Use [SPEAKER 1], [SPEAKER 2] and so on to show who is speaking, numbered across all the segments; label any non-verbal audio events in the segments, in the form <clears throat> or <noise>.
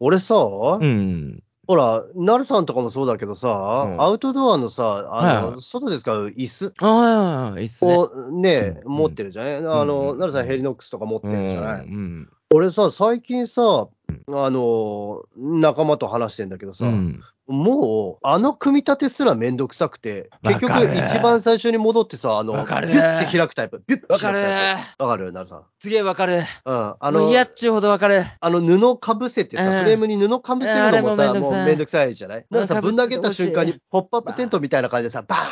[SPEAKER 1] 俺さ、
[SPEAKER 2] うん。
[SPEAKER 1] ほら、なるさんとかもそうだけどさ、
[SPEAKER 2] うん
[SPEAKER 1] アウトドアのさ、あの、
[SPEAKER 2] はいは
[SPEAKER 1] 外で使う椅子
[SPEAKER 2] ああ、いいっすね。
[SPEAKER 1] をね、
[SPEAKER 2] うん
[SPEAKER 1] 持ってるじゃない、
[SPEAKER 2] ん
[SPEAKER 1] あの、
[SPEAKER 2] うん
[SPEAKER 1] なるさんヘリノックスとか持ってるじゃない、
[SPEAKER 2] うん。
[SPEAKER 1] 俺さ、最近さ、あの、仲間と話してんだけどさ、
[SPEAKER 2] うん。
[SPEAKER 1] もう、あの組み立てすらめんどくさくて、結局
[SPEAKER 2] わかる、
[SPEAKER 1] 一番最初に戻ってさ、あの、
[SPEAKER 2] わかる
[SPEAKER 1] ビュッて開くタイプ。ビュッて
[SPEAKER 2] わ
[SPEAKER 1] 開くタ
[SPEAKER 2] か
[SPEAKER 1] イプ。
[SPEAKER 2] るー。
[SPEAKER 1] わかるなるさん。
[SPEAKER 2] すげえわかる。
[SPEAKER 1] うん。あ
[SPEAKER 2] あ
[SPEAKER 1] の
[SPEAKER 2] の、、嫌っちゅうほどわかる。
[SPEAKER 1] あの布かぶせてさ、
[SPEAKER 2] うん
[SPEAKER 1] フレームに布かぶせるのも
[SPEAKER 2] あ
[SPEAKER 1] さ、
[SPEAKER 2] れ
[SPEAKER 1] も
[SPEAKER 2] もめんどくさいう
[SPEAKER 1] めんどくさいじゃないなんかさ、
[SPEAKER 2] 布かぶ
[SPEAKER 1] ぶん投げた瞬間に
[SPEAKER 2] 欲
[SPEAKER 1] ポップアップテントみたいな感じでさ、バーン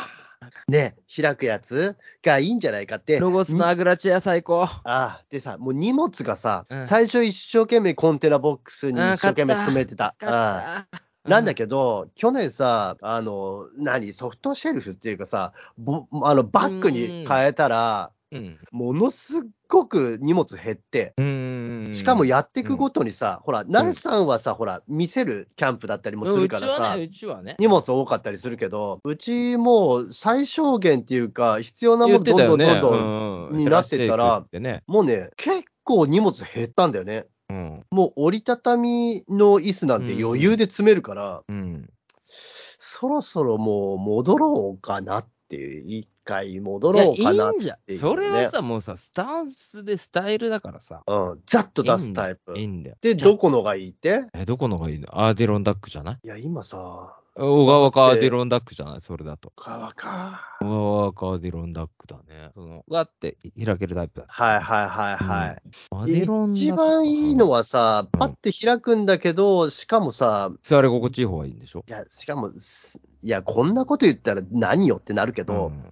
[SPEAKER 1] ね、開くやつがいいんじゃないかって。
[SPEAKER 2] ロゴスの
[SPEAKER 1] あ
[SPEAKER 2] アグラチェア最高。
[SPEAKER 1] あ、でさ、もう荷物がさ、
[SPEAKER 2] うん
[SPEAKER 1] 最初一生懸命コンテナボックスに
[SPEAKER 2] うん
[SPEAKER 1] 一生懸命詰めてた。ああ
[SPEAKER 2] 勝った
[SPEAKER 1] なんだけど、去年さ、あの、何、ソフトシェルフっていうかさ、ぼあのバッグに変えたら、
[SPEAKER 2] うん。
[SPEAKER 1] ものすっごく荷物減って、
[SPEAKER 2] うん。
[SPEAKER 1] しかもやっていくごとにさ、ほら、ナルさんはさ、ほら、見せるキャンプだったりもするからさ、
[SPEAKER 2] うちはね、うちはね。
[SPEAKER 1] 荷物多かったりするけど、うちもう最小限っていうか、必要なものどんどんどんどん、
[SPEAKER 2] うん
[SPEAKER 1] になってたら
[SPEAKER 2] 減らしていくってね
[SPEAKER 1] もうね、結構荷物減ったんだよね。
[SPEAKER 2] うん。
[SPEAKER 1] もう折りたたみの椅子なんて余裕で詰めるから、
[SPEAKER 2] うん。
[SPEAKER 1] そろそろもう戻ろうかなっていう、一回戻
[SPEAKER 2] いや
[SPEAKER 1] ろうかない
[SPEAKER 2] いんじゃ
[SPEAKER 1] ていうね
[SPEAKER 2] それはさ、もうさ、スタンスでスタイルだからさ。
[SPEAKER 1] うん、ざっと出すタイプ
[SPEAKER 2] い。いんだよ。
[SPEAKER 1] で、どこのがいいって
[SPEAKER 2] え、どこのがいいのアーディロンダックじゃない
[SPEAKER 1] いや、今さ、
[SPEAKER 2] 小川か
[SPEAKER 1] だっ
[SPEAKER 2] ア
[SPEAKER 1] て
[SPEAKER 2] ーディロンダックじゃないそれだと。
[SPEAKER 1] 川か。
[SPEAKER 2] 小川かアーディロンダックだね。その、わって開けるタイプだ。
[SPEAKER 1] はいはいはいはい。
[SPEAKER 2] アディロンダック
[SPEAKER 1] 一番いいの
[SPEAKER 2] は。
[SPEAKER 1] はさ、
[SPEAKER 2] うん
[SPEAKER 1] パッて開くんだけど、しかもさ、
[SPEAKER 2] 座り心地いい方がいいんでしょ
[SPEAKER 1] いや、しかもす、いや、こんなこと言ったら何よってなるけど、
[SPEAKER 2] ん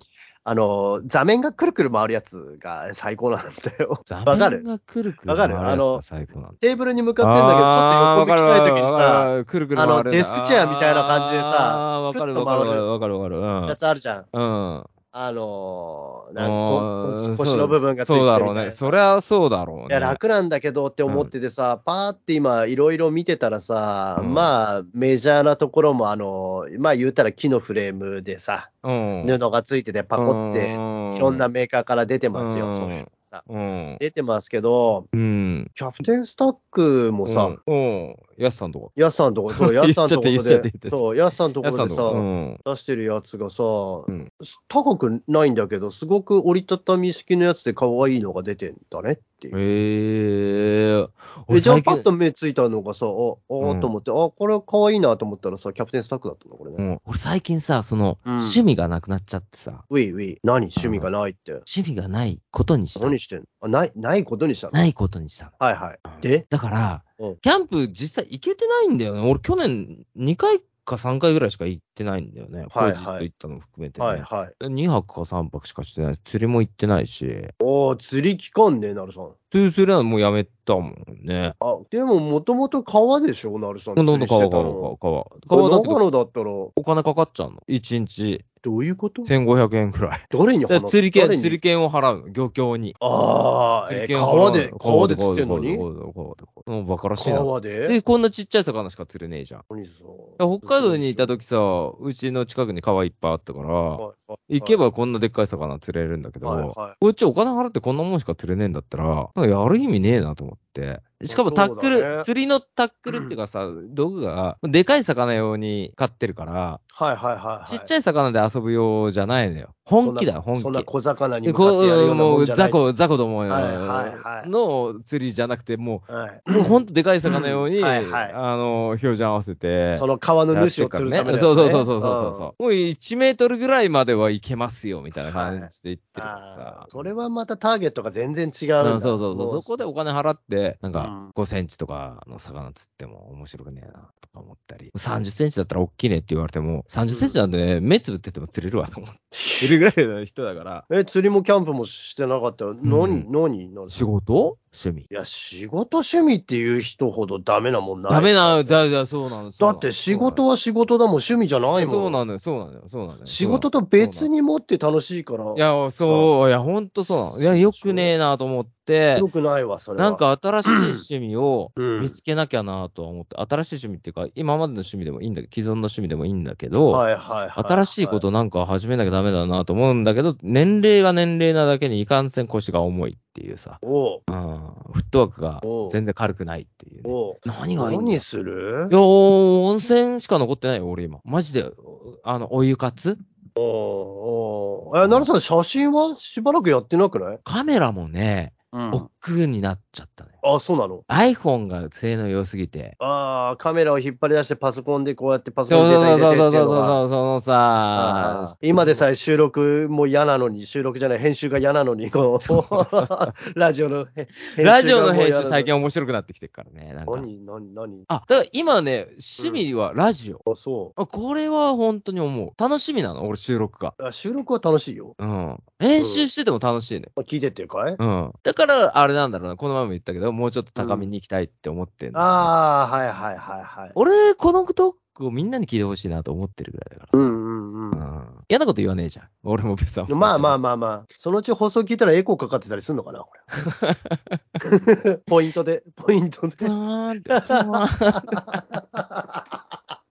[SPEAKER 1] あの、座面がくるくる回るやつが最高なんだよ。 <laughs>
[SPEAKER 2] 座
[SPEAKER 1] わかる
[SPEAKER 2] 面がくるくる
[SPEAKER 1] わかる
[SPEAKER 2] 回るや
[SPEAKER 1] あ
[SPEAKER 2] つ
[SPEAKER 1] の
[SPEAKER 2] が最高なんだ。
[SPEAKER 1] テーブルに向かってんだけど、ちょっと横向きたいときにさ、
[SPEAKER 2] さ、くるくる回る
[SPEAKER 1] あのデスクチェアみたいな感じでさ
[SPEAKER 2] あーわかる
[SPEAKER 1] くっ
[SPEAKER 2] わ
[SPEAKER 1] と
[SPEAKER 2] か
[SPEAKER 1] 回る
[SPEAKER 2] るわかるわかる。わ
[SPEAKER 1] や
[SPEAKER 2] か
[SPEAKER 1] つあるじゃん。
[SPEAKER 2] るうん。うん。
[SPEAKER 1] あのー、なんか
[SPEAKER 2] あ
[SPEAKER 1] こ
[SPEAKER 2] ー
[SPEAKER 1] う腰の部分がついてる
[SPEAKER 2] そう
[SPEAKER 1] みた
[SPEAKER 2] だ
[SPEAKER 1] いな
[SPEAKER 2] ろうね。そりゃそうだろうね。
[SPEAKER 1] いや楽なんだけどって思っててさ、パーって今、いろいろ見てたらさ、
[SPEAKER 2] うん
[SPEAKER 1] まあ、メジャーなところも、あのまあ、言うたら木のフレームでさ、
[SPEAKER 2] うん。
[SPEAKER 1] 布がついてて、パコって
[SPEAKER 2] うん
[SPEAKER 1] いろんなメーカーから出てますよ、
[SPEAKER 2] うん
[SPEAKER 1] そういうのさ。
[SPEAKER 2] うん。
[SPEAKER 1] 出てますけど、
[SPEAKER 2] うん。
[SPEAKER 1] キャプテンスタックもさ、
[SPEAKER 2] うんうん。やすさんとこ。
[SPEAKER 1] ヤスさんとこ、そう、ヤスさんとこ
[SPEAKER 2] <laughs> 言っちゃっ
[SPEAKER 1] で
[SPEAKER 2] て言っちゃって、
[SPEAKER 1] そう、ヤスさんと
[SPEAKER 2] や
[SPEAKER 1] こ
[SPEAKER 2] すさん
[SPEAKER 1] で
[SPEAKER 2] と
[SPEAKER 1] さ
[SPEAKER 2] こ。、うん。
[SPEAKER 1] 出してるやつがさ、
[SPEAKER 2] うん
[SPEAKER 1] 高くないんだけど、すごく折りたたみ式のやつで可愛いのが出てんだねっていう。
[SPEAKER 2] ええ
[SPEAKER 1] で、
[SPEAKER 2] 俺
[SPEAKER 1] じゃあ
[SPEAKER 2] 最
[SPEAKER 1] パッ
[SPEAKER 2] 近
[SPEAKER 1] と目ついたのがさ、あ、あーと思って、あ、これ可愛いなと思ったらさ、キャプテンスタックだったの、これ
[SPEAKER 2] う
[SPEAKER 1] ね。
[SPEAKER 2] ん、俺最近さ、その、
[SPEAKER 1] うん
[SPEAKER 2] 趣味がなくなっちゃってさ、
[SPEAKER 1] ウィイウィイ、何趣味がないって。
[SPEAKER 2] 趣味がないことにしたの
[SPEAKER 1] 何してんのあない、ないことにしたの
[SPEAKER 2] ないことにしたの。
[SPEAKER 1] はいはい。で
[SPEAKER 2] だから、
[SPEAKER 1] うん
[SPEAKER 2] キャンプ実際行けてないんだよね。俺去年2回か3回ぐらいしか行ってないんだよね。
[SPEAKER 1] はいはい
[SPEAKER 2] 工事と行ったの含めてね。
[SPEAKER 1] はいはい。
[SPEAKER 2] 2泊か3泊しかしてない。釣りも行ってないし。
[SPEAKER 1] おー、釣り期間ね、なるさん。
[SPEAKER 2] 釣りするのはもうやめたもんね。
[SPEAKER 1] あ、でも、もともと川でしょ、なるさん。
[SPEAKER 2] ほんとほんと
[SPEAKER 1] 釣りして
[SPEAKER 2] 川
[SPEAKER 1] たの
[SPEAKER 2] 川川
[SPEAKER 1] こ
[SPEAKER 2] 川。川
[SPEAKER 1] れ
[SPEAKER 2] だけ
[SPEAKER 1] 長
[SPEAKER 2] ど
[SPEAKER 1] 野だったら、ど
[SPEAKER 2] お金かかっちゃうの。1日
[SPEAKER 1] ういうこと
[SPEAKER 2] 1500円くらい。
[SPEAKER 1] <laughs> 誰に
[SPEAKER 2] だから
[SPEAKER 1] 話す
[SPEAKER 2] 釣り券、
[SPEAKER 1] 誰に
[SPEAKER 2] 釣り券を払うの、漁協に。
[SPEAKER 1] ああ、えー川で、川で釣ってんのに
[SPEAKER 2] 川で、川で川でもうバカらしいな。
[SPEAKER 1] 川で
[SPEAKER 2] で、こんなちっちゃい魚しか釣れねえじゃん。
[SPEAKER 1] 何さ
[SPEAKER 2] だから北海道にいた時さ、うちの近くに川いっぱいあったから、
[SPEAKER 1] はいはい
[SPEAKER 2] 行けばこんなでっかい魚釣れるんだけど、
[SPEAKER 1] はいは
[SPEAKER 2] こっちお金払ってこんなもんしか釣れねえんだったら、なんかやる意味ねえなと思って。しかもタック
[SPEAKER 1] そう
[SPEAKER 2] ル、
[SPEAKER 1] だね
[SPEAKER 2] 釣りのタックルっていうかさ、道具が、でかい魚用に買ってるから、
[SPEAKER 1] いはいはいはい。
[SPEAKER 2] ちっちゃい魚で遊ぶ用じゃないのよ。本気だよ、本気。
[SPEAKER 1] そんな小魚に
[SPEAKER 2] で
[SPEAKER 1] 向かってやるような
[SPEAKER 2] も
[SPEAKER 1] もん
[SPEAKER 2] う
[SPEAKER 1] じゃない。
[SPEAKER 2] 雑魚、雑魚ども
[SPEAKER 1] はいはいはい
[SPEAKER 2] の釣りじゃなくて、も
[SPEAKER 1] は
[SPEAKER 2] <laughs> う、もうほんとでかい魚用に、
[SPEAKER 1] うんはいはい
[SPEAKER 2] あの、表情合わせて。
[SPEAKER 1] い、その川の主を釣るためのやつね
[SPEAKER 2] そうそうそうそうそうそう、もう1メートルぐらいまではいけますよ、みたいな感じで言って
[SPEAKER 1] うん
[SPEAKER 2] るから
[SPEAKER 1] あ
[SPEAKER 2] さ。
[SPEAKER 1] ーそれはまたターゲットが全然違うんだ
[SPEAKER 2] うん、そうそう
[SPEAKER 1] も
[SPEAKER 2] そう。そこでお金払って、
[SPEAKER 1] う
[SPEAKER 2] なん
[SPEAKER 1] ん
[SPEAKER 2] か5センチとかの魚釣っても面白くねえなとか思ったり、30センチだったら大きいねって言われても、30センチなんでね、目つぶってても釣れるわと思ってるぐらいの人だから、
[SPEAKER 1] え、釣りもキャンプもしてなかったよ。何、
[SPEAKER 2] う
[SPEAKER 1] 何、何
[SPEAKER 2] 仕事趣味
[SPEAKER 1] いや、仕事趣味っていう人ほどダメなもんない。
[SPEAKER 2] ダメな、だ、だ、そうなの。
[SPEAKER 1] だって仕事は仕事だもん、趣味じゃないもん。
[SPEAKER 2] そうなのよ、そうなのよ、そうなのよ。
[SPEAKER 1] 仕事と別に持って楽しいから、
[SPEAKER 2] いや、そう、いや、ほんとそうなの。いや、よくねえなと思って
[SPEAKER 1] よ、くないわ、それは。
[SPEAKER 2] なん、か新しい趣味を
[SPEAKER 1] うん
[SPEAKER 2] 見つけなきゃなとは思って、新しい趣味っていうか、今までの趣味でもいいんだけど、既存の趣味でもいいんだけど、
[SPEAKER 1] はいはいはい、
[SPEAKER 2] 新しいことなんか始めなきゃダメだなと思うんだけど、年齢が年齢なだけにいかんせん腰が重いってっていうさ、
[SPEAKER 1] おう
[SPEAKER 2] うん、フットワークが
[SPEAKER 1] おう
[SPEAKER 2] 全然軽くないっていう、ね。
[SPEAKER 1] おう
[SPEAKER 2] 何がいいんだ
[SPEAKER 1] 何する
[SPEAKER 2] いやー、温泉しか残ってないよ、俺今。マジで、あの、お湯活
[SPEAKER 1] おうおうえ、奈良さん、写真はしばらくやってなくない
[SPEAKER 2] カメラもね、億劫になっちゃったね。
[SPEAKER 1] あ、そうなの
[SPEAKER 2] iPhone が性能良すぎて。
[SPEAKER 1] ああ、カメラを引っ張り出してパソコンでこうやってパソコ
[SPEAKER 2] そ
[SPEAKER 1] ン
[SPEAKER 2] う
[SPEAKER 1] で
[SPEAKER 2] そう
[SPEAKER 1] データ
[SPEAKER 2] そ
[SPEAKER 1] 入
[SPEAKER 2] う
[SPEAKER 1] れてって
[SPEAKER 2] そうそ
[SPEAKER 1] いう
[SPEAKER 2] う
[SPEAKER 1] のが。
[SPEAKER 2] そう、その
[SPEAKER 1] あ
[SPEAKER 2] さ
[SPEAKER 1] あ、今でさえ収録も嫌なのに、収録じゃない、編集が嫌なのに、こ
[SPEAKER 2] <laughs>
[SPEAKER 1] う、ラジオの編集が
[SPEAKER 2] ラジオの編
[SPEAKER 1] もう嫌な
[SPEAKER 2] 集最近面白くなってきてるからね。なんか
[SPEAKER 1] 何、何、何
[SPEAKER 2] あ、だから今ね、趣味はラジオ。
[SPEAKER 1] あ、そ
[SPEAKER 2] あこれは本当に思う。楽しみなの、俺収録が。
[SPEAKER 1] う。あ収録は楽しいよ。
[SPEAKER 2] うん。編集してても楽しいのよ。
[SPEAKER 1] 聞いてってるかい
[SPEAKER 2] うん。だから、あれなんだろうな。この前も言ったけど、もうちょっと高みに行きたいって思ってんの、
[SPEAKER 1] ああ、はいはいはいはい。
[SPEAKER 2] 俺、このトークをみんなに聞いてほしいなと思ってるぐらいだか
[SPEAKER 1] う
[SPEAKER 2] ら。
[SPEAKER 1] んうんうん。
[SPEAKER 2] うん嫌なこと言わねえじゃん。俺も別に。
[SPEAKER 1] まあまあ
[SPEAKER 2] あ。
[SPEAKER 1] まあまあ、そのうち放送聞いたらエコーかかってたりするのかな、これ。 <laughs> ポイントで、ポイントで。
[SPEAKER 2] なんて。 <laughs>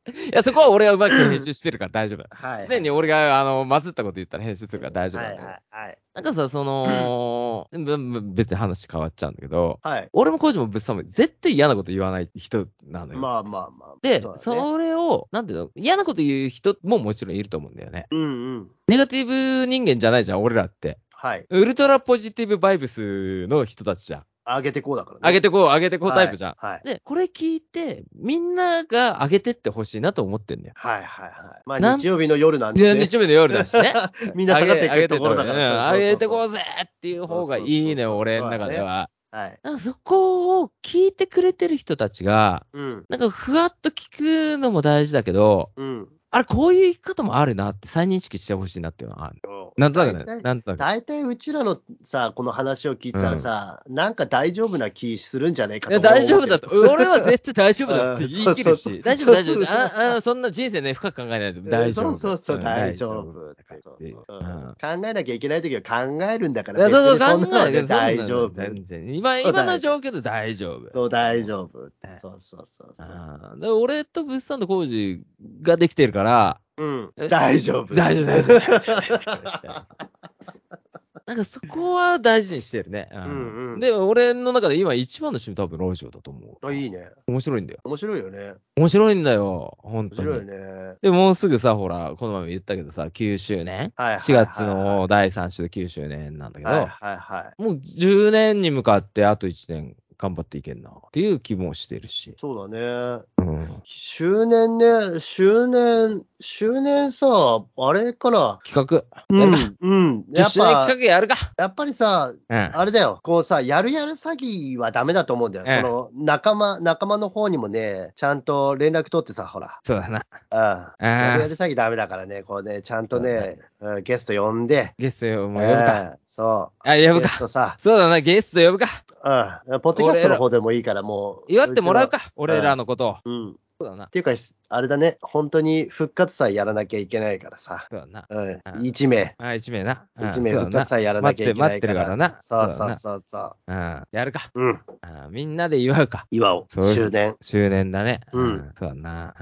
[SPEAKER 2] いや、そこは俺がうまく編集してるから大丈夫だ。
[SPEAKER 1] はい
[SPEAKER 2] 常に俺が、あの、まずったこと言ったら編集するから大丈夫だ
[SPEAKER 1] は
[SPEAKER 2] け
[SPEAKER 1] い
[SPEAKER 2] ど。
[SPEAKER 1] はいはい。
[SPEAKER 2] なんかさ、その、 <clears throat> ぶぶ別に話変わっちゃうんだけど、
[SPEAKER 1] はい。
[SPEAKER 2] 俺もコーチもぶっさも絶対嫌なこと言わない人なのよ。
[SPEAKER 1] まあまあまあ。
[SPEAKER 2] で、
[SPEAKER 1] うだね
[SPEAKER 2] それを、なんていうの、嫌なこと言う人ももちろんいると思うんだよね。
[SPEAKER 1] うんうん。
[SPEAKER 2] ネガティブ人間じゃないじゃん、俺らって。
[SPEAKER 1] はい。
[SPEAKER 2] ウルトラポジティブバイブスの人たちじゃん。
[SPEAKER 1] 上げてこうだからね。
[SPEAKER 2] 上げ
[SPEAKER 1] て
[SPEAKER 2] てこう、上げてこうタイプじゃん。
[SPEAKER 1] はい。
[SPEAKER 2] で、これ聞いて、みんなが上げてってほしいなと思ってんだよ。
[SPEAKER 1] はいはいはい。ま
[SPEAKER 2] な
[SPEAKER 1] あ
[SPEAKER 2] ん
[SPEAKER 1] 日曜日の夜なん
[SPEAKER 2] い
[SPEAKER 1] で、
[SPEAKER 2] や
[SPEAKER 1] ね。
[SPEAKER 2] 日曜日の夜だし
[SPEAKER 1] <laughs>
[SPEAKER 2] ね。
[SPEAKER 1] みんな下がってい
[SPEAKER 2] 上げ
[SPEAKER 1] くところだから。
[SPEAKER 2] 上げてこ
[SPEAKER 1] う。
[SPEAKER 2] うぜっていう方がいいね、俺の中では。
[SPEAKER 1] はい。
[SPEAKER 2] なんかそこを聞いてくれてる人たちが、
[SPEAKER 1] うん。
[SPEAKER 2] なんかふわっと聞くのも大事だけど、
[SPEAKER 1] うん。
[SPEAKER 2] あれ、こういう生き方もあるなって再認識してほしいなっていうのはある。なんとなく
[SPEAKER 1] 大
[SPEAKER 2] ね
[SPEAKER 1] 体、
[SPEAKER 2] なんとなく。
[SPEAKER 1] 大体うちらのさ、この話を聞いてたらさ、なんか大丈夫な気するんじゃねえか
[SPEAKER 2] い
[SPEAKER 1] と
[SPEAKER 2] や、
[SPEAKER 1] 思う
[SPEAKER 2] 大丈夫だと。俺は絶対大丈夫だって言い切
[SPEAKER 1] <laughs>
[SPEAKER 2] る
[SPEAKER 1] うんそうそうそう
[SPEAKER 2] し、大丈夫、大丈夫。ああそんな人生ね、深く考えないで
[SPEAKER 1] けど
[SPEAKER 2] 大丈夫。
[SPEAKER 1] そうそうそう、
[SPEAKER 2] ん
[SPEAKER 1] 大丈夫。そうそううん考えなきゃいけないときは考えるんだか
[SPEAKER 2] いや
[SPEAKER 1] ら、
[SPEAKER 2] そう
[SPEAKER 1] 別
[SPEAKER 2] そ
[SPEAKER 1] に
[SPEAKER 2] う、
[SPEAKER 1] そん
[SPEAKER 2] 考
[SPEAKER 1] な
[SPEAKER 2] え
[SPEAKER 1] の
[SPEAKER 2] て
[SPEAKER 1] で大丈夫。
[SPEAKER 2] 全然。今、
[SPEAKER 1] そうだよ
[SPEAKER 2] 今の状況で大丈夫。
[SPEAKER 1] そう、大丈夫
[SPEAKER 2] は。い
[SPEAKER 1] そうそうそうそう。
[SPEAKER 2] あーで俺と物産と工事ができてるから、
[SPEAKER 1] うん
[SPEAKER 2] え
[SPEAKER 1] 大丈夫。
[SPEAKER 2] 大丈夫、大丈夫。大丈夫なんかそこは大事にしてるね。うん
[SPEAKER 1] うんうん
[SPEAKER 2] で、俺の中で今一番の趣味多分ラジオだと思う。
[SPEAKER 1] <laughs> あいいね。
[SPEAKER 2] 面白いんだよ。
[SPEAKER 1] 面白いよね。
[SPEAKER 2] 面白いんだよ、本
[SPEAKER 1] 面
[SPEAKER 2] 当
[SPEAKER 1] 白いよ
[SPEAKER 2] に。
[SPEAKER 1] ね。
[SPEAKER 2] で、もうすぐさ、ほら、この前も言ったけどさ、9周年
[SPEAKER 1] はいはいはいはい。
[SPEAKER 2] ?4 月の第3週で9周年なんだけど、
[SPEAKER 1] はいはいはい。
[SPEAKER 2] もう10年に向かってあと1年頑張っていけんなっていう気もしてるし。
[SPEAKER 1] そうだね。
[SPEAKER 2] うん
[SPEAKER 1] 周年ね、周年、周年さ、あれかな。
[SPEAKER 2] 企画、
[SPEAKER 1] う
[SPEAKER 2] やる
[SPEAKER 1] ん、うん。
[SPEAKER 2] 10
[SPEAKER 1] やっ
[SPEAKER 2] 周年企
[SPEAKER 1] ぱ、
[SPEAKER 2] 画やるか、
[SPEAKER 1] やっぱりさ、
[SPEAKER 2] うん、
[SPEAKER 1] あれだよ、こうさ、やるやる詐欺はダメだと思うんだよ。
[SPEAKER 2] ええ
[SPEAKER 1] その仲間、仲間の方にもね、ちゃんと連絡取ってさ、ほら。
[SPEAKER 2] そうだな。
[SPEAKER 1] うん。やる
[SPEAKER 2] ああ
[SPEAKER 1] やる詐欺ダメだからね、こうね、ちゃんと
[SPEAKER 2] そうだ
[SPEAKER 1] ね、うんゲスト呼んで、
[SPEAKER 2] ゲストも呼ぶか。
[SPEAKER 1] ええそ
[SPEAKER 2] あ、
[SPEAKER 1] う。
[SPEAKER 2] 呼ぶ
[SPEAKER 1] ゲス
[SPEAKER 2] か。
[SPEAKER 1] トさ、
[SPEAKER 2] そうだな、ゲスト呼ぶか。
[SPEAKER 1] うん。ポッドキャストの方でもいいから、もう。
[SPEAKER 2] 祝ってもらうか、
[SPEAKER 1] 俺ら
[SPEAKER 2] 俺らのことを。
[SPEAKER 1] うん。っ
[SPEAKER 2] そうだな。
[SPEAKER 1] ていうか、あれだね、本当に復活祭やらなきゃいけないからさ。
[SPEAKER 2] そうだな。
[SPEAKER 1] うん。
[SPEAKER 2] ん
[SPEAKER 1] 1名、
[SPEAKER 2] あ、一名な。うん
[SPEAKER 1] 1名
[SPEAKER 2] そう
[SPEAKER 1] 復
[SPEAKER 2] だ
[SPEAKER 1] 活祭やらなきゃいけないから。
[SPEAKER 2] 待って
[SPEAKER 1] そ
[SPEAKER 2] 待
[SPEAKER 1] う
[SPEAKER 2] ってるか
[SPEAKER 1] そう
[SPEAKER 2] らな
[SPEAKER 1] そうそう。
[SPEAKER 2] な。うん。やるか。
[SPEAKER 1] うん。
[SPEAKER 2] あみんなで祝うか。
[SPEAKER 1] 岩尾、
[SPEAKER 2] そうです
[SPEAKER 1] 終電。
[SPEAKER 2] 周年だね。
[SPEAKER 1] うん
[SPEAKER 2] そうだな。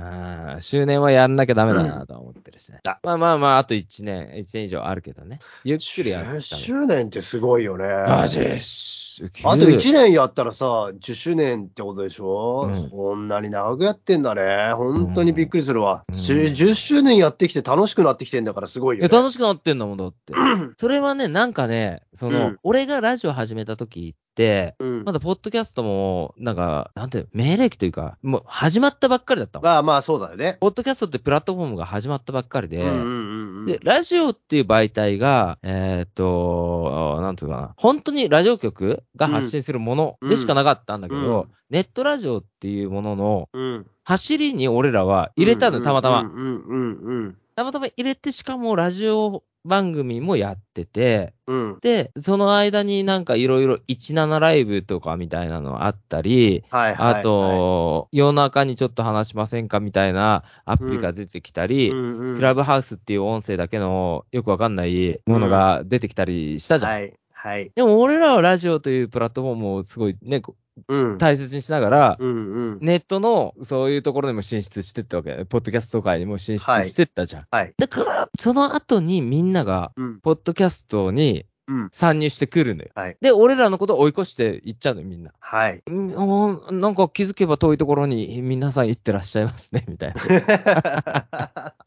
[SPEAKER 2] うん。周年はやんなきゃダメだなとは思ってるしね。
[SPEAKER 1] だ
[SPEAKER 2] まあまあまあ、あと1年、1年以上あるけどね。ゆっくりやって
[SPEAKER 1] 10
[SPEAKER 2] た
[SPEAKER 1] 周年ってすごいよね。
[SPEAKER 2] ら。マ
[SPEAKER 1] あ
[SPEAKER 2] ジです
[SPEAKER 1] と1年やったらさ、10周年ってことでしょ、
[SPEAKER 2] うん
[SPEAKER 1] そんなに長くやってんだね。本当にびっくりするわ。
[SPEAKER 2] うん
[SPEAKER 1] し10周年やってきて楽しくなってきてんだからすごい
[SPEAKER 2] い
[SPEAKER 1] よ、
[SPEAKER 2] や、
[SPEAKER 1] ね。
[SPEAKER 2] 楽しくなってんだもんだって。それはね、なんかね、その、
[SPEAKER 1] うん
[SPEAKER 2] 俺がラジオ始めた時って、
[SPEAKER 1] うん
[SPEAKER 2] まだポッドキャストも、なんか、なんていうの、命令機というか、もう始まったばっかりだったもん。
[SPEAKER 1] まあまあ、そうだよね。
[SPEAKER 2] ポッドキャストってプラットフォームが始まったばっかりで、
[SPEAKER 1] うんうんうんうん
[SPEAKER 2] で、ラジオっていう媒体が、えーっと、なんていうのかな、本当にラジオ局が発信するものでしかなかったんだけど、
[SPEAKER 1] うんうん
[SPEAKER 2] ネットラジオっていうものの
[SPEAKER 1] うん
[SPEAKER 2] 走りに俺らは入れたんだよ、たまたま。
[SPEAKER 1] うんうんうん
[SPEAKER 2] たまたま入れて、しかもラジオ番組もやってて、
[SPEAKER 1] うんうん。
[SPEAKER 2] で、その間になんかいろいろ17ライブとかみたいなのあったり、
[SPEAKER 1] はいはい、はい。
[SPEAKER 2] あ、と、夜中にちょっと話しませんかみたいなアプリが出てきたり、
[SPEAKER 1] うんうん
[SPEAKER 2] クラブハウスっていう音声だけのよくわかんないものが出てきたりしたじゃん。
[SPEAKER 1] はい、はい。
[SPEAKER 2] でも俺らはラジオというプラットフォームをすごいね、こ
[SPEAKER 1] うん
[SPEAKER 2] う大切にしながら、
[SPEAKER 1] うんうん。
[SPEAKER 2] ネットのそういうところにも進出してったわけだよ。ポッドキャスト界にも進出してったじゃん。
[SPEAKER 1] はい。
[SPEAKER 2] だから、その後にみんなが、
[SPEAKER 1] うん。
[SPEAKER 2] ポッドキャストに
[SPEAKER 1] うん。
[SPEAKER 2] 参入してくるのよ。
[SPEAKER 1] はい。
[SPEAKER 2] で、俺らのことを追い越して行っちゃうのよ、みんな。
[SPEAKER 1] はい。
[SPEAKER 2] んおーなんか気づけば遠いところに皆さん行ってらっしゃいますね、みたいな。
[SPEAKER 1] <laughs>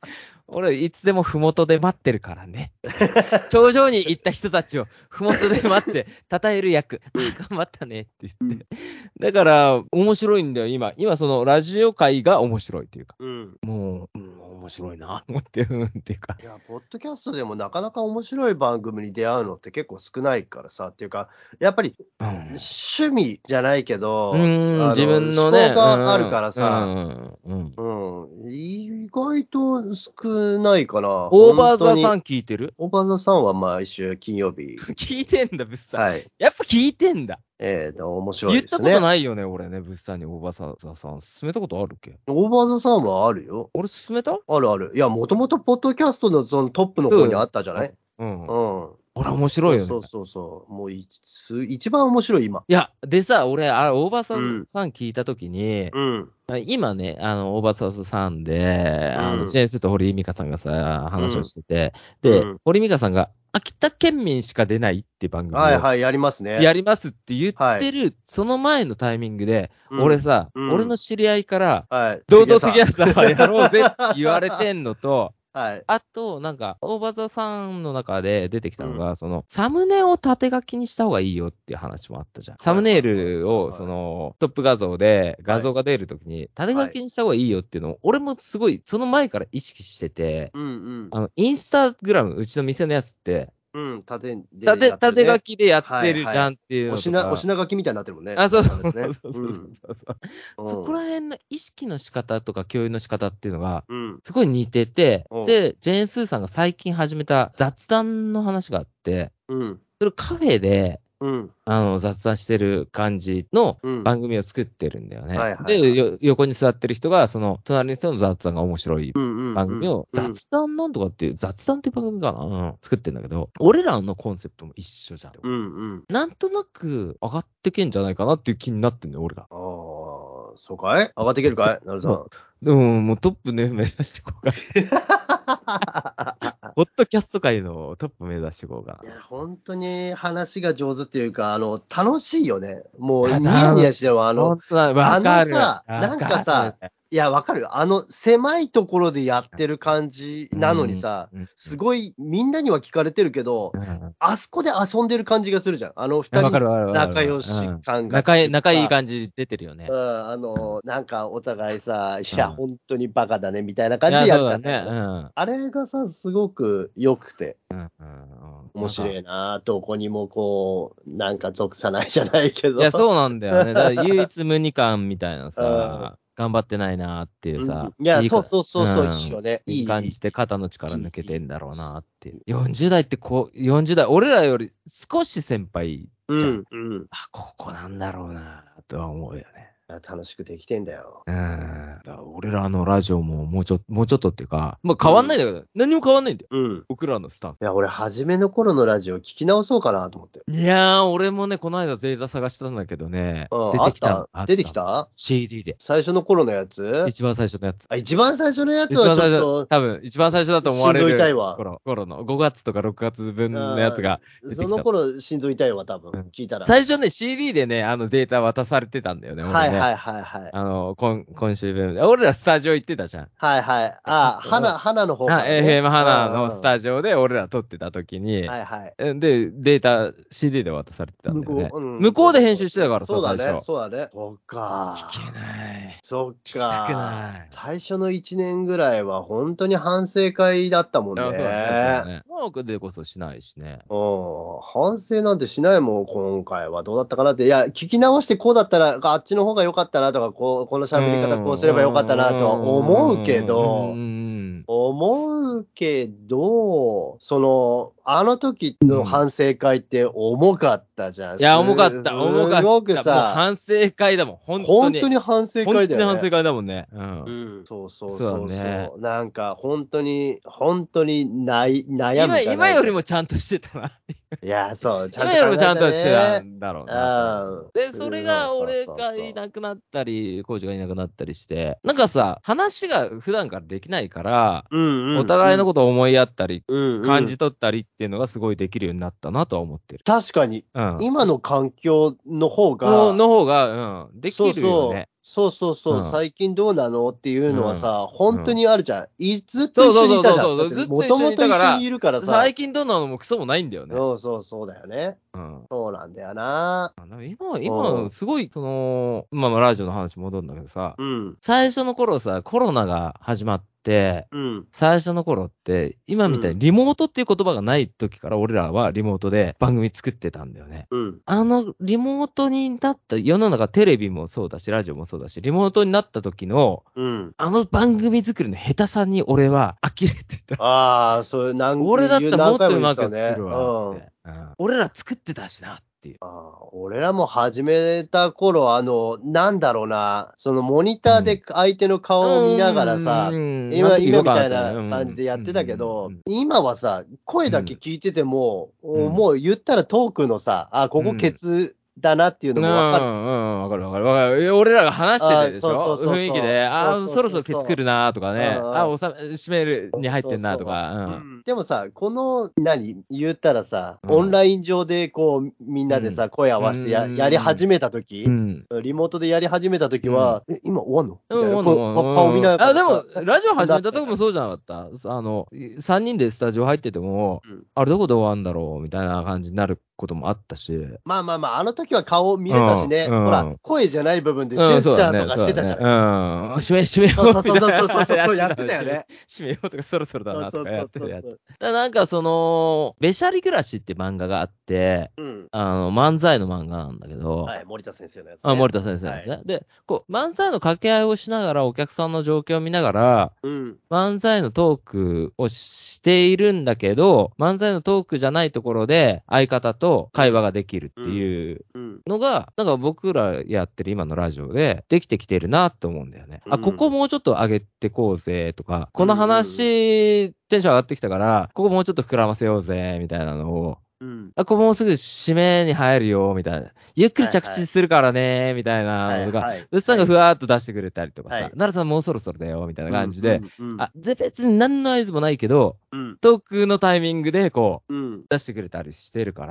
[SPEAKER 2] 俺、いつでも麓で待ってるからね。頂上に行った人たちを麓で待
[SPEAKER 1] <laughs>
[SPEAKER 2] って、称える役、あー頑張ったねって言って。だから、面白いんだよ、今。今、そのラジオ界が面白いというか。
[SPEAKER 1] うん。
[SPEAKER 2] もう、うん面白いな、思ってるっていうか。
[SPEAKER 1] いや、ポッドキャストでもなかなか面白い番組に出会うのって結構少ないからさ、っていうか、やっぱり
[SPEAKER 2] うん
[SPEAKER 1] 趣味じゃないけど、
[SPEAKER 2] うん
[SPEAKER 1] あ
[SPEAKER 2] 自分のね。
[SPEAKER 1] 思考があるからさ、
[SPEAKER 2] うんうんうん
[SPEAKER 1] うん、意外と少ないかな。
[SPEAKER 2] オーバーザ
[SPEAKER 1] 本当
[SPEAKER 2] さ
[SPEAKER 1] に
[SPEAKER 2] ん聞いてる
[SPEAKER 1] オーバーザさんは毎週金曜日。
[SPEAKER 2] <laughs> 聞いてんだ、ぶっさん。
[SPEAKER 1] はい。
[SPEAKER 2] やっぱ聞いてんだ。
[SPEAKER 1] ええと、面白
[SPEAKER 2] 言
[SPEAKER 1] い
[SPEAKER 2] っ
[SPEAKER 1] で
[SPEAKER 2] た
[SPEAKER 1] す
[SPEAKER 2] こ
[SPEAKER 1] ね。
[SPEAKER 2] とないよね、俺ね、ぶっさんにオーバーザさん。勧めたことあるっけ
[SPEAKER 1] オーバーザさんはあるよ。
[SPEAKER 2] 俺勧めた
[SPEAKER 1] あるある。いや、もともとポッドキャストのそのトップの方にあったじゃない
[SPEAKER 2] うん。
[SPEAKER 1] うん。
[SPEAKER 2] 俺面白いよね。
[SPEAKER 1] そうそうそう。もう一す一番面白い、今。
[SPEAKER 2] いや、でさ、俺、あれ、大場さ
[SPEAKER 1] うん
[SPEAKER 2] んさん聞いたときに、
[SPEAKER 1] うん。
[SPEAKER 2] 今ね、あの、大場さんさんで、あ
[SPEAKER 1] うん
[SPEAKER 2] の、ジェンスと堀井美香さんがさ、話をしてて、
[SPEAKER 1] うん
[SPEAKER 2] で、
[SPEAKER 1] うん
[SPEAKER 2] 堀井美香さんが、秋田県民しか出ないって番組を
[SPEAKER 1] はいはい、やりますね。
[SPEAKER 2] やりますって言ってる、その前のタイミングで、
[SPEAKER 1] うん
[SPEAKER 2] 俺、さ、
[SPEAKER 1] うん
[SPEAKER 2] 俺の知り合いから、
[SPEAKER 1] はい。
[SPEAKER 2] 堂々杉
[SPEAKER 1] や
[SPEAKER 2] 原さんはやろうぜって言われてん
[SPEAKER 1] <laughs>
[SPEAKER 2] のと、
[SPEAKER 1] はい。
[SPEAKER 2] あと、なんか、大場さんの中で出てきたのが、その、サムネを縦書きにした方がいいよっていう話もあったじゃん。サムネイル
[SPEAKER 1] は
[SPEAKER 2] を、
[SPEAKER 1] い
[SPEAKER 2] その、トップ画像で、画像が出るときに、縦書きにした方がいいよっていうのを、俺もすごい、その前から意識してて、
[SPEAKER 1] うん
[SPEAKER 2] あの、インスタグラム、うちの店のやつって、
[SPEAKER 1] うん。うん、縦でやってる
[SPEAKER 2] 縦
[SPEAKER 1] ね。
[SPEAKER 2] 縦書きでやってるじゃんっていう
[SPEAKER 1] お
[SPEAKER 2] のと
[SPEAKER 1] 品。
[SPEAKER 2] か。
[SPEAKER 1] お品書きみたいになってるもんね。
[SPEAKER 2] あ、そうそう
[SPEAKER 1] ですね
[SPEAKER 2] そう <laughs> そうそうそう
[SPEAKER 1] うん
[SPEAKER 2] そうそこら辺の意識の仕方とか共有の仕方っていうのが、
[SPEAKER 1] うん。
[SPEAKER 2] すごい似てて
[SPEAKER 1] うん、
[SPEAKER 2] で、ジェーン・スーさんが最近始めた雑談の話があって、
[SPEAKER 1] うん。
[SPEAKER 2] それカフェで、
[SPEAKER 1] うん。
[SPEAKER 2] あの、雑談してる感じの
[SPEAKER 1] うん。
[SPEAKER 2] 番組を作ってるんだよね。
[SPEAKER 1] はいはいはい
[SPEAKER 2] でよ、横に座ってる人が、その、隣の人の雑談が面白い。
[SPEAKER 1] うんうん
[SPEAKER 2] 番組を
[SPEAKER 1] うん
[SPEAKER 2] 雑談なんとかっていう、雑談っていう番組かな、うん、作ってんだけど、俺らのコンセプトも一緒じゃん。
[SPEAKER 1] うんうん。
[SPEAKER 2] なんとなく上がってけんじゃないかなっていう気になってんのよ、俺が。
[SPEAKER 1] ああ、そうかい上がっていけるかいなるさん。
[SPEAKER 2] でも、もうトップね、目指していこ
[SPEAKER 1] <laughs>
[SPEAKER 2] うか。ポッドキャスト界のトップ目指していこうか
[SPEAKER 1] い。や、本当に話が上手っていうか、あの、楽しいよね。もう、
[SPEAKER 2] いや
[SPEAKER 1] ニヤニヤしてるわ。あ
[SPEAKER 2] あ
[SPEAKER 1] の、
[SPEAKER 2] のさ、わかる。
[SPEAKER 1] あのさなんかさいや、わかるよ。あの、狭いところでやってる感じなのにさ、
[SPEAKER 2] うん、
[SPEAKER 1] すごい、みんなには聞かれてるけど、
[SPEAKER 2] うん
[SPEAKER 1] あそこで遊んでる感じがするじゃん。あの二
[SPEAKER 2] わか
[SPEAKER 1] 人
[SPEAKER 2] るわかるわかる
[SPEAKER 1] 仲良し感が。
[SPEAKER 2] 仲いい、仲いい感じ出てるよね
[SPEAKER 1] うん、。あの、なんかお互いさ、いや、
[SPEAKER 2] うん
[SPEAKER 1] 本当にバカだね、みたいな感じでやるじゃん。
[SPEAKER 2] いやそうだね。
[SPEAKER 1] あれがさ、すごく良くて、
[SPEAKER 2] うん。うんうん
[SPEAKER 1] 面白
[SPEAKER 2] なんか
[SPEAKER 1] いな、どこにもこう、なんか属さないじゃないけど。
[SPEAKER 2] いや、そうなんだよ
[SPEAKER 1] <laughs>
[SPEAKER 2] ね。だから唯一無二感みたいなさ、頑張ってないなっていうさ。
[SPEAKER 1] うんいや、
[SPEAKER 2] い
[SPEAKER 1] そうそうそうそう、
[SPEAKER 2] うん
[SPEAKER 1] いいよね。い
[SPEAKER 2] い
[SPEAKER 1] い
[SPEAKER 2] い感じで肩の力抜けてんだろうなって。40代ってこう、40代、俺らより少し先輩、
[SPEAKER 1] うん、うん。い
[SPEAKER 2] あ、ここなんだろうなとは思うよね。
[SPEAKER 1] や楽しくできてんだよ。
[SPEAKER 2] うん。だから俺らのラジオももうちょっと、もうちょっとっていうか、まあ変わんないんだけど、何も変わんないんだよ。
[SPEAKER 1] うん。
[SPEAKER 2] 僕らのスタンス。
[SPEAKER 1] いや、俺、初めの頃のラジオ聞き直そうかなと思って。
[SPEAKER 2] いやー、俺もね、この間データ探したんだけどね、
[SPEAKER 1] うん
[SPEAKER 2] 出てき
[SPEAKER 1] あ
[SPEAKER 2] た
[SPEAKER 1] っ。出てきた
[SPEAKER 2] ?CD で。
[SPEAKER 1] 最初の頃のやつ
[SPEAKER 2] 一番最初のやつ。
[SPEAKER 1] あ一番最初のやつ
[SPEAKER 2] 一番
[SPEAKER 1] はち
[SPEAKER 2] 最
[SPEAKER 1] ょ
[SPEAKER 2] 初
[SPEAKER 1] っ、
[SPEAKER 2] 多分、一番最初だと思われ
[SPEAKER 1] 心臓痛い
[SPEAKER 2] る
[SPEAKER 1] わ
[SPEAKER 2] 頃頃の、5月とか6月分のやつが、
[SPEAKER 1] と、
[SPEAKER 2] 出てきた
[SPEAKER 1] その頃、心臓痛いわ、多分
[SPEAKER 2] うん
[SPEAKER 1] 聞いたら。
[SPEAKER 2] 最初ね、CD でね、あのデータ渡されてたんだよね、俺ね。
[SPEAKER 1] はいはいはいはい。
[SPEAKER 2] あの、今今週分。俺らスタジオ行ってたじゃん。
[SPEAKER 1] はいはい。あ、
[SPEAKER 2] うん
[SPEAKER 1] 花、花の方
[SPEAKER 2] あ、えー、マハナのス
[SPEAKER 1] ジ
[SPEAKER 2] タジオで俺ら撮ってた時に、
[SPEAKER 1] はいはい。
[SPEAKER 2] で、データ、CD で渡されてたんだよね。
[SPEAKER 1] うん
[SPEAKER 2] 向こうで編集してたからさ
[SPEAKER 1] そうだ
[SPEAKER 2] 最
[SPEAKER 1] ね、
[SPEAKER 2] 初
[SPEAKER 1] そうだね。そっか。
[SPEAKER 2] 聞けない。
[SPEAKER 1] そっ
[SPEAKER 2] 聞きたく
[SPEAKER 1] か。
[SPEAKER 2] ない。
[SPEAKER 1] 最初の1年ぐらいは本当に反省会だったもんね。
[SPEAKER 2] あそうだねそうだね。マークでこそしないしね。
[SPEAKER 1] うん、反省なんてしないもん、今回はどうだったかなって、いや、聞き直してこうだったら、あっちの方が良かったなとか、こうこの喋り方こうすれば良かったなとは思うけど
[SPEAKER 2] うんう、ん
[SPEAKER 1] 思うけど、その、あの時の反省会って重かったじゃん。
[SPEAKER 2] いや、
[SPEAKER 1] す
[SPEAKER 2] 重かった、重かった。
[SPEAKER 1] すごく
[SPEAKER 2] もう
[SPEAKER 1] さ、
[SPEAKER 2] 反省会だもん、本当
[SPEAKER 1] 本
[SPEAKER 2] に。
[SPEAKER 1] 当に反省会だよね。
[SPEAKER 2] 本当に反省会だもんね。うん
[SPEAKER 1] うん、そうそうそうそう
[SPEAKER 2] そうだね
[SPEAKER 1] なんか本当に、本当にない悩む
[SPEAKER 2] 今
[SPEAKER 1] じゃない
[SPEAKER 2] 今よりもちゃんとしてたな。
[SPEAKER 1] いや、そう、ち
[SPEAKER 2] 今よりもちゃんとしてた
[SPEAKER 1] た
[SPEAKER 2] んだろう
[SPEAKER 1] う。
[SPEAKER 2] なんで、それが俺がいなくなったり、コーチがいなくなったりして、なんかさ、話が普段からできないから、
[SPEAKER 1] うんうん
[SPEAKER 2] お互いのことを思いやったり、
[SPEAKER 1] と
[SPEAKER 2] 感じ取ったりっっていうのがすごいできるようになったなとは思ってる。
[SPEAKER 1] 確かに、
[SPEAKER 2] うん。
[SPEAKER 1] 今の環境の方
[SPEAKER 2] の
[SPEAKER 1] が、
[SPEAKER 2] の方が、うん、できるよね。
[SPEAKER 1] そうそうそうそう、
[SPEAKER 2] うん
[SPEAKER 1] 最近どうなのっていうのはさ、本当にあるじゃん。いずっ
[SPEAKER 2] そ
[SPEAKER 1] と
[SPEAKER 2] うそう
[SPEAKER 1] 一緒
[SPEAKER 2] そ
[SPEAKER 1] にいたじゃ
[SPEAKER 2] うそう
[SPEAKER 1] ん。
[SPEAKER 2] ずっと
[SPEAKER 1] も
[SPEAKER 2] 一
[SPEAKER 1] と
[SPEAKER 2] 緒に
[SPEAKER 1] も
[SPEAKER 2] い
[SPEAKER 1] と
[SPEAKER 2] た
[SPEAKER 1] 一
[SPEAKER 2] から
[SPEAKER 1] 緒にいるからさ。
[SPEAKER 2] 最近どうなのもクソもないんだよね。
[SPEAKER 1] そうそうそうだよね。
[SPEAKER 2] うん。
[SPEAKER 1] そうなんだよな。
[SPEAKER 2] あの今、
[SPEAKER 1] う
[SPEAKER 2] 今、
[SPEAKER 1] ん
[SPEAKER 2] すごい、その、まあまあ、ラジオの話戻るんだけどさ、
[SPEAKER 1] うん。
[SPEAKER 2] 最初の頃さ、コロナが始まって、
[SPEAKER 1] うん。
[SPEAKER 2] 最初の頃って、今みたいにリモートっていう言葉がない時から俺らはリモートで番組作ってたんだよね。
[SPEAKER 1] うん。
[SPEAKER 2] あの、リモートになった、世の中テレビもそうだし、ラジオもそうだし、リモートになった時の、
[SPEAKER 1] うん。
[SPEAKER 2] あの番組作りの下手さに俺は呆れてた。
[SPEAKER 1] ああ、そういう、何
[SPEAKER 2] 俺だったらもっとうまく
[SPEAKER 1] 言
[SPEAKER 2] 作るわ
[SPEAKER 1] う
[SPEAKER 2] っ
[SPEAKER 1] ん
[SPEAKER 2] て、うん俺ら作ってたしなっていう。
[SPEAKER 1] 俺らも始めた頃、あの、なんだろうな、そのモニターで相手の顔を見ながらさ、今、今みたいな感じでやってたけど、今はさ、声だけ聞いてても、
[SPEAKER 2] うん
[SPEAKER 1] おもう言ったらトークのさ、あ、ここケツだなっていうのもわかる。
[SPEAKER 2] うん、わかるわかるわかるいや。俺らが話しててでし
[SPEAKER 1] あそ
[SPEAKER 2] ょ
[SPEAKER 1] うそうそうそう
[SPEAKER 2] 雰囲気で、あ
[SPEAKER 1] そうそ
[SPEAKER 2] ー
[SPEAKER 1] う
[SPEAKER 2] そ
[SPEAKER 1] そうそ
[SPEAKER 2] ろ
[SPEAKER 1] う
[SPEAKER 2] そろケツ来るなとかね、
[SPEAKER 1] うんうん
[SPEAKER 2] あーおさ締めるに入ってんなとか、
[SPEAKER 1] う
[SPEAKER 2] うん
[SPEAKER 1] んでもさ、この、何、言ったらさ、
[SPEAKER 2] うん
[SPEAKER 1] オンライン上でこう、みんなでさ、声合わせてや
[SPEAKER 2] うん
[SPEAKER 1] やり始めた時
[SPEAKER 2] うん。
[SPEAKER 1] リモートでやり始めた時は、え、今終わんのみたいな
[SPEAKER 2] うん
[SPEAKER 1] こう
[SPEAKER 2] うん
[SPEAKER 1] か顔見ながら。
[SPEAKER 2] あ、でも、ラジオ始めたとこもそうじゃなかった。あの、3人でスタジオ入ってても、
[SPEAKER 1] うん
[SPEAKER 2] あれどこで終わんだろうみたいな感じになることもあったし。
[SPEAKER 1] まあまあまあ、あの時は顔見れたしね、
[SPEAKER 2] うん
[SPEAKER 1] ほ
[SPEAKER 2] うん
[SPEAKER 1] ら、声じゃない部分でジ
[SPEAKER 2] う
[SPEAKER 1] ェスチ
[SPEAKER 2] んそう
[SPEAKER 1] ャ
[SPEAKER 2] だ
[SPEAKER 1] ー
[SPEAKER 2] ね
[SPEAKER 1] とかしてたじゃ
[SPEAKER 2] そ
[SPEAKER 1] ん
[SPEAKER 2] う。だねうん。締め、締めよ
[SPEAKER 1] そうそう
[SPEAKER 2] みたいな
[SPEAKER 1] そうそうそう
[SPEAKER 2] <laughs>
[SPEAKER 1] そうそうやってたよね。
[SPEAKER 2] 締めようとか、そろそろだな
[SPEAKER 1] そ
[SPEAKER 2] と
[SPEAKER 1] う
[SPEAKER 2] か
[SPEAKER 1] そ
[SPEAKER 2] やっ
[SPEAKER 1] うそ
[SPEAKER 2] てた
[SPEAKER 1] う
[SPEAKER 2] やつ。
[SPEAKER 1] そう。
[SPEAKER 2] だからなんかその、べしゃり暮らしって漫画があって、
[SPEAKER 1] うん。
[SPEAKER 2] あの、漫才の漫画なんだけど、
[SPEAKER 1] はい、森田先生のやつ、ね。
[SPEAKER 2] あ森田先生ですね、で、こう、漫才の掛け合いをしながら、お客さんの状況を見ながら、
[SPEAKER 1] うん。
[SPEAKER 2] 漫才のトークをしているんだけど、漫才のトークじゃないところで、相方と会話ができるっていう
[SPEAKER 1] うん。
[SPEAKER 2] のが、なんか僕らやってる今のラジオで、できてきてるなって思うんだよね。あ、
[SPEAKER 1] うん
[SPEAKER 2] ここもうちょっと上げてこうぜとか、この話、テンション上がってきたから、ここもうちょっと膨らませようぜ、みたいなのを、
[SPEAKER 1] うん。
[SPEAKER 2] あ、ここもうすぐ締めに入るよ、みたいな。ゆっくり着
[SPEAKER 1] はいは
[SPEAKER 2] 地
[SPEAKER 1] い
[SPEAKER 2] するからね、みたいなのとか、
[SPEAKER 1] はいはい
[SPEAKER 2] ウッさんがふわーっと出してくれたりとかさ、
[SPEAKER 1] はい
[SPEAKER 2] 奈良さんもうそろそろだよ、みたいな感じで、。
[SPEAKER 1] うんうん
[SPEAKER 2] あ、ぜ別に何の合図もないけど、
[SPEAKER 1] うん。
[SPEAKER 2] トークのタイミングでこう、
[SPEAKER 1] うん。
[SPEAKER 2] 出してくれたりしてるか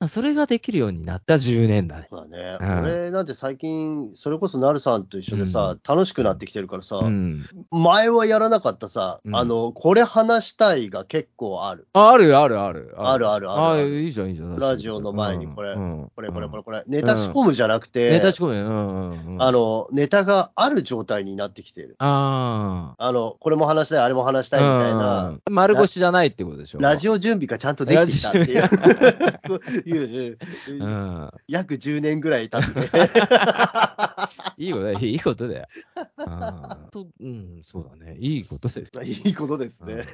[SPEAKER 2] ら、それができるようになった10年だね。
[SPEAKER 1] そうだね、
[SPEAKER 2] うん
[SPEAKER 1] 俺なんて最近、それこそなるさんと一緒でさ、楽しくなってきてるからさ、
[SPEAKER 2] うん。
[SPEAKER 1] 前はやらなかったさ、
[SPEAKER 2] うん
[SPEAKER 1] あの、これ話したいが結構ある。
[SPEAKER 2] ああるよ、あるよある。
[SPEAKER 1] あるあるあるある
[SPEAKER 2] いいじゃん、いいじゃん。
[SPEAKER 1] ラジオの前にこれ
[SPEAKER 2] うん
[SPEAKER 1] これこれこれ
[SPEAKER 2] うん
[SPEAKER 1] これ、ネタ仕込むじゃなくて、
[SPEAKER 2] ネタ仕込み、うんうんうん。
[SPEAKER 1] あ、の、ネタがある状態になってきてる。
[SPEAKER 2] あ
[SPEAKER 1] あの、これも話したい、あれも話し
[SPEAKER 2] あ。
[SPEAKER 1] たいみたいな、
[SPEAKER 2] うん。丸腰じゃないってことでしょ。
[SPEAKER 1] ラジオ準備がちゃんとできてきたっていうこう <laughs> いう、
[SPEAKER 2] う
[SPEAKER 1] うん
[SPEAKER 2] ん。
[SPEAKER 1] 約10年ぐらい経ってね、
[SPEAKER 2] いいことだよ、いいことだよ。うんとうん、そうだね。いいことです。
[SPEAKER 1] いいことですね。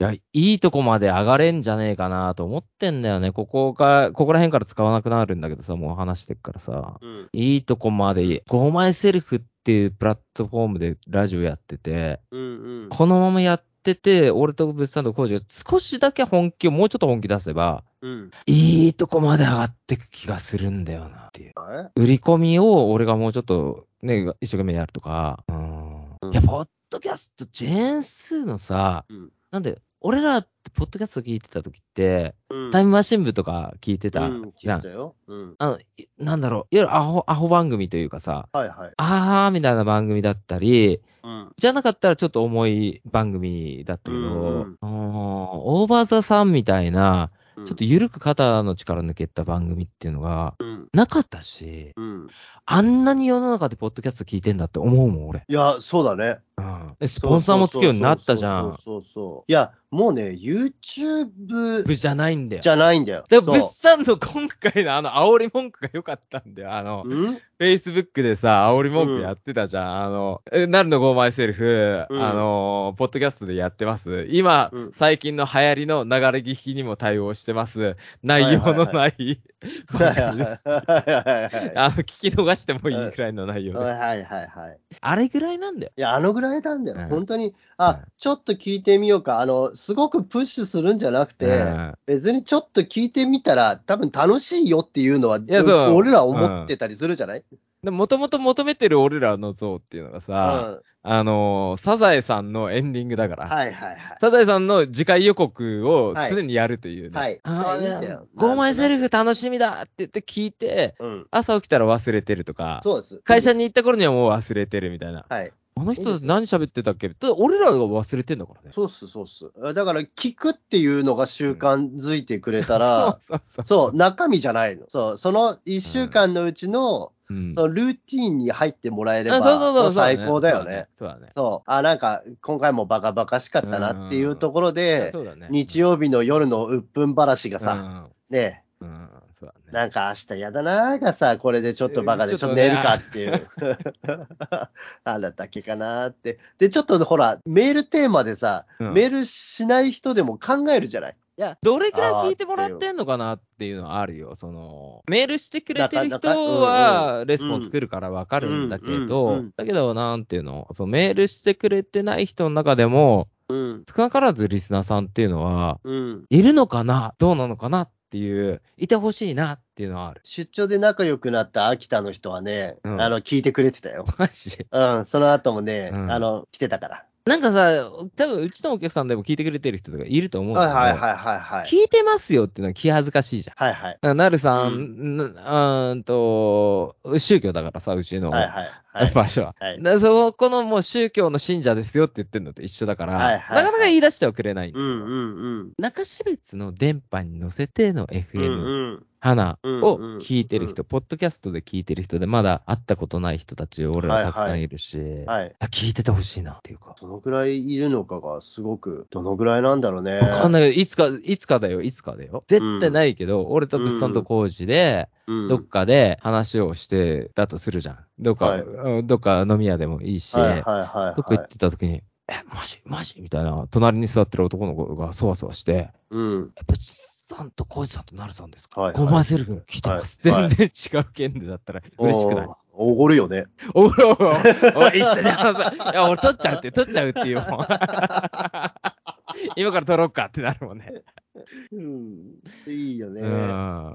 [SPEAKER 2] いや、いいとこまで上がれんじゃねえかなと思ってんだよね。ここが、ここら辺から使わなくなるんだけどさ、もう話してっからさ。
[SPEAKER 1] うん
[SPEAKER 2] いいとこまで、5枚セルフっていうプラットフォームでラジオやってて、
[SPEAKER 1] うんうん
[SPEAKER 2] このままやってて、俺とブッサンとコージが少しだけ本気を、もうちょっと本気出せば、
[SPEAKER 1] うん
[SPEAKER 2] いいとこまで上がってく気がするんだよなっていう。
[SPEAKER 1] あれ
[SPEAKER 2] 売り込みを俺がもうちょっとね、一生懸命やるとか。うん。いや、ポッドキャスト、ジェーンスーのさ、
[SPEAKER 1] うん
[SPEAKER 2] なんで、俺らってポッドキャスト聞いてた時って、
[SPEAKER 1] うん
[SPEAKER 2] タイムマシン部とか聞いてた
[SPEAKER 1] うん
[SPEAKER 2] じ
[SPEAKER 1] 聞
[SPEAKER 2] ゃ
[SPEAKER 1] い
[SPEAKER 2] ん。
[SPEAKER 1] たよ。うん
[SPEAKER 2] あの、いなんだろう、いわゆるアホ、アホ番組というかさ、
[SPEAKER 1] はいはい。
[SPEAKER 2] あーみたいな番組だったり、
[SPEAKER 1] うん
[SPEAKER 2] じゃなかったらちょっと重い番組だったけ
[SPEAKER 1] う
[SPEAKER 2] ど、
[SPEAKER 1] んうん
[SPEAKER 2] あーオーバーザさんみたいな、
[SPEAKER 1] うん
[SPEAKER 2] ちょっと緩く肩の力抜けた番組っていうのが
[SPEAKER 1] うん
[SPEAKER 2] なかったし、
[SPEAKER 1] うん
[SPEAKER 2] あんなに世の中でポッドキャスト聞いてんだって思うもん、俺。
[SPEAKER 1] いや、そうだね。
[SPEAKER 2] うんでスポンサーもつくようになったじゃん。
[SPEAKER 1] そうそうそうそうそう。いや、もうね、YouTube
[SPEAKER 2] ぶじゃないんだよ。
[SPEAKER 1] じゃないんだよ。
[SPEAKER 2] で、
[SPEAKER 1] そ
[SPEAKER 2] 物産の今回のあの、煽り文句が良かったんだよ。あの
[SPEAKER 1] う。、
[SPEAKER 2] <laughs>
[SPEAKER 1] うん
[SPEAKER 2] Facebook でさ、煽り文句やってたじゃん。あの、えなるのゴーマイセルフ、
[SPEAKER 1] うん
[SPEAKER 2] あの、ポッドキャストでやってます。今、
[SPEAKER 1] うん
[SPEAKER 2] 最近の流行りの流れ聞きにも対応してます。内容のな
[SPEAKER 1] は
[SPEAKER 2] い、
[SPEAKER 1] いは
[SPEAKER 2] 番
[SPEAKER 1] い
[SPEAKER 2] 組です
[SPEAKER 1] はいは
[SPEAKER 2] <laughs> あの、聞き逃してもいいくらいの内
[SPEAKER 1] い。
[SPEAKER 2] 容で。
[SPEAKER 1] はいはいはい。
[SPEAKER 2] あれぐらいなんだよ。
[SPEAKER 1] いや、あのぐらいなんだよ。
[SPEAKER 2] うん
[SPEAKER 1] 本当に、
[SPEAKER 2] う
[SPEAKER 1] あ
[SPEAKER 2] ん、
[SPEAKER 1] ちょっと聞いてみようか。あの、すごくプッシュするんじゃなくて、
[SPEAKER 2] うん
[SPEAKER 1] 別にちょっと聞いてみたら、多分楽しいよっていうのは、
[SPEAKER 2] やそう
[SPEAKER 1] 俺ら思ってたりするじゃない
[SPEAKER 2] でもともと求めてる俺らの像っていうのがさ、あのーサザエさんのエンディングだから、
[SPEAKER 1] うんはいはいはい。
[SPEAKER 2] サザエさんの次回予告を常にやるというね。
[SPEAKER 1] はい。
[SPEAKER 2] あーいや
[SPEAKER 1] 見てよ
[SPEAKER 2] ゴーマイセルフ楽しみだって言って聞いて、
[SPEAKER 1] うん。
[SPEAKER 2] 朝起きたら忘れてるとか、
[SPEAKER 1] そうです。
[SPEAKER 2] 会社に行った頃にはもう忘れてるみたいな。
[SPEAKER 1] はい。
[SPEAKER 2] あの人たち何喋ってたっけただ俺らが忘れてんだからね。
[SPEAKER 1] そうっす、そうっす。だから、聞くっていうのが習慣づいてくれたら、
[SPEAKER 2] <laughs> そうそうそ
[SPEAKER 1] そう、中身じゃないの。そう、その1週間のうちの、
[SPEAKER 2] う。うん
[SPEAKER 1] そのルーティーンに入ってもらえれば、
[SPEAKER 2] あそうそうそう
[SPEAKER 1] もう最高だよね。。
[SPEAKER 2] そうだね。
[SPEAKER 1] そう、あ、なんか、今回もバカバカしかったなっていうところで、
[SPEAKER 2] そうだね。
[SPEAKER 1] 日
[SPEAKER 2] 曜
[SPEAKER 1] 曜日の夜の鬱憤話がさ、、ね
[SPEAKER 2] うんうん、そうだね。
[SPEAKER 1] なんか明日やだなーがさ、これでちょっとバカで、
[SPEAKER 2] えー
[SPEAKER 1] ち
[SPEAKER 2] ち
[SPEAKER 1] ょ
[SPEAKER 2] ょ
[SPEAKER 1] っと
[SPEAKER 2] っと
[SPEAKER 1] 寝
[SPEAKER 2] ね
[SPEAKER 1] るかって
[SPEAKER 2] <laughs>
[SPEAKER 1] いう。あれだけかなーって。で、ちょっとほら、メールテーマでさ、
[SPEAKER 2] うん
[SPEAKER 1] メールしない人でも考えるじゃない。
[SPEAKER 2] いや、どれくらい聞いてもらってんのかなっていうのはあるよ。その、メールしてくれてる
[SPEAKER 1] な
[SPEAKER 2] 人
[SPEAKER 1] かなか
[SPEAKER 2] は、レスポンス来るからわかるんだけ
[SPEAKER 1] うんうんう
[SPEAKER 2] ど
[SPEAKER 1] ん、
[SPEAKER 2] だけど、なんていうの、そのメールしてくれてない人の中でも、
[SPEAKER 1] うん。
[SPEAKER 2] 少なからずリスナーさんっていうのは、
[SPEAKER 1] うん。
[SPEAKER 2] いるのかなどうなのかなっていう、いてほしいなっていうのはある。 <laughs>
[SPEAKER 1] 出張で仲良くなった秋田の人はね、
[SPEAKER 2] うん
[SPEAKER 1] あの、聞いてくれてたよ。
[SPEAKER 2] マジで。
[SPEAKER 1] うん、その後もね、
[SPEAKER 2] うん
[SPEAKER 1] あの、来てたから。
[SPEAKER 2] なんかさ、多分うちのお客さんでも聞いてくれてる人とかいると思うんだ
[SPEAKER 1] はい
[SPEAKER 2] けど、
[SPEAKER 1] はいはいはいはい。
[SPEAKER 2] 聞いてますよっていうのは気恥ずかしいじゃん。
[SPEAKER 1] はいはい。
[SPEAKER 2] だからなるさ、
[SPEAKER 1] うん
[SPEAKER 2] なうーんと、宗教だからさ、うちの
[SPEAKER 1] はいはいはい。
[SPEAKER 2] 場所は。
[SPEAKER 1] はい
[SPEAKER 2] だからそこのもう宗教の信者ですよって言ってるのと一緒だから、
[SPEAKER 1] はいはいはい
[SPEAKER 2] なかなか言い出してはくれないんだ
[SPEAKER 1] う
[SPEAKER 2] けど。
[SPEAKER 1] んうんうん。
[SPEAKER 2] 中標津の電波に乗せての
[SPEAKER 1] うん
[SPEAKER 2] FM、
[SPEAKER 1] うん。
[SPEAKER 2] 花
[SPEAKER 1] うん
[SPEAKER 2] を
[SPEAKER 1] うん
[SPEAKER 2] 聞いてる人、ポッドキャストで聞いてる人で、まだ会ったことない人たち、俺らたくさんいるし、
[SPEAKER 1] はい。
[SPEAKER 2] あ聞いててほしいなっていうか。
[SPEAKER 1] どのくらいいるのかがすごく、どのくらいなんだろうね。
[SPEAKER 2] わかんないけど、いつか、いつかだよ、いつかだよ。絶対ないけど、俺と物産と工事で、
[SPEAKER 1] うん
[SPEAKER 2] どっかで話をしてだとするじゃん。どっか、
[SPEAKER 1] はい
[SPEAKER 2] うんどっか飲み屋でもいいし、
[SPEAKER 1] はいはいはい、
[SPEAKER 2] どっか行
[SPEAKER 1] は
[SPEAKER 2] っ
[SPEAKER 1] い。
[SPEAKER 2] てた時に、え、マジマジみたいな、隣に座ってる男の子がそわそわして、や
[SPEAKER 1] うん。
[SPEAKER 2] っぱ、さんと浩二さんとなるさんですか、
[SPEAKER 1] はいはい
[SPEAKER 2] ごまセルフ聞いてます。
[SPEAKER 1] はい
[SPEAKER 2] 全然違う県でだったら嬉しくない。
[SPEAKER 1] おごるよね。
[SPEAKER 2] おおおおい、一緒に話そう。いや、俺取っちゃうって、取っちゃうっていうもん。 <laughs> 今から取ろうかってなるもんね。
[SPEAKER 1] うん。いいよね。
[SPEAKER 2] うん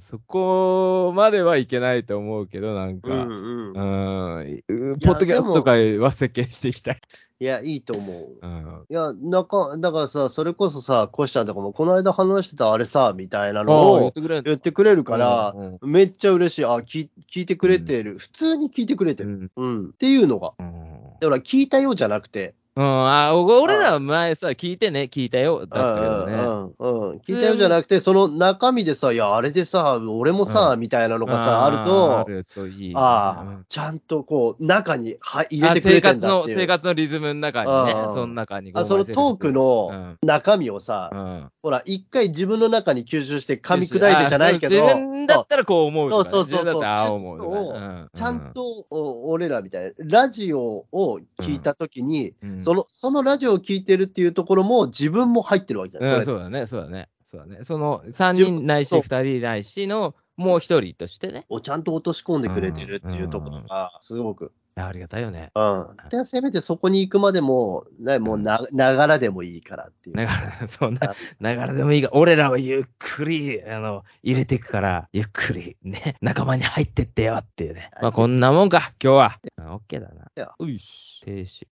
[SPEAKER 2] そこまではいけないと思うけど、なん
[SPEAKER 1] う
[SPEAKER 2] か、うん
[SPEAKER 1] んうん。
[SPEAKER 2] うん
[SPEAKER 1] いや
[SPEAKER 2] ポッドキャスト界は席巻していきたい。
[SPEAKER 1] いや、いいと思う。
[SPEAKER 2] うん
[SPEAKER 1] いや、なんか、だからさ、それこそさ、コシちゃんとかも、この間話してたあれさ、みたいな
[SPEAKER 2] ああ
[SPEAKER 1] の
[SPEAKER 2] 言っ
[SPEAKER 1] を
[SPEAKER 2] てくれる
[SPEAKER 1] 言ってくれるから、
[SPEAKER 2] うん
[SPEAKER 1] めっちゃ嬉しい。あ、聞聞いてくれてる、普通に聞いてくれて
[SPEAKER 2] う
[SPEAKER 1] る。
[SPEAKER 2] ん
[SPEAKER 1] うん。っていうのが。
[SPEAKER 2] うん
[SPEAKER 1] だから、聞いたようじゃなくて、
[SPEAKER 2] うんあお俺らは前さ、聞いてね、聞いたよ、だったけ
[SPEAKER 1] う
[SPEAKER 2] どね。
[SPEAKER 1] んうんうん、聞いたようじゃなくて、その中身でさ、いや、あれでさ、俺もさ、
[SPEAKER 2] う
[SPEAKER 1] みたいなの
[SPEAKER 2] と
[SPEAKER 1] がさ、あると、
[SPEAKER 2] るといいね
[SPEAKER 1] ああ
[SPEAKER 2] うん、
[SPEAKER 1] ちゃんとこう、中には入れ
[SPEAKER 2] あ
[SPEAKER 1] てく
[SPEAKER 2] 生
[SPEAKER 1] れてん
[SPEAKER 2] 活
[SPEAKER 1] だ
[SPEAKER 2] の、
[SPEAKER 1] ってい
[SPEAKER 2] 生
[SPEAKER 1] う。
[SPEAKER 2] 活のリズムの中にね
[SPEAKER 1] う、ん
[SPEAKER 2] その中に。
[SPEAKER 1] あそのトークの
[SPEAKER 2] うん、
[SPEAKER 1] 中身をさ、
[SPEAKER 2] うん
[SPEAKER 1] ほら、一回自分の中に吸収して噛み砕いてじゃないけど、
[SPEAKER 2] あそう自分だ
[SPEAKER 1] そ
[SPEAKER 2] っ
[SPEAKER 1] う
[SPEAKER 2] たらこう思うとかね。
[SPEAKER 1] そうそうそう
[SPEAKER 2] 自分だったらああ思うとかね。
[SPEAKER 1] そううんちゃんとお俺らみたいな、ラジオを聞いたときに、
[SPEAKER 2] うん
[SPEAKER 1] その、そのラジオを聞いてるっていうところも自分も入ってるわけじゃない
[SPEAKER 2] うん
[SPEAKER 1] ですか。
[SPEAKER 2] そうだね、そうだね。そうだね。その3人ないし
[SPEAKER 1] そう
[SPEAKER 2] 2人ないしの、もう1人としてね。
[SPEAKER 1] をちゃんと落とし込んでくれてるっていうところが、すごく
[SPEAKER 2] いやありがたいよね。
[SPEAKER 1] うん。で、せめてそこに行くまでも、ね、もうな、ながらでもいいからっていう。
[SPEAKER 2] ながら、 <laughs> そんな、ながらでもいいが、俺らはゆっくり、あの、入れていくから、ゆっくり、ね、仲間に入ってってよっていうね。まあ、こんなもんか、今日は。あオッケーだな。
[SPEAKER 1] いや
[SPEAKER 2] ういし。停止。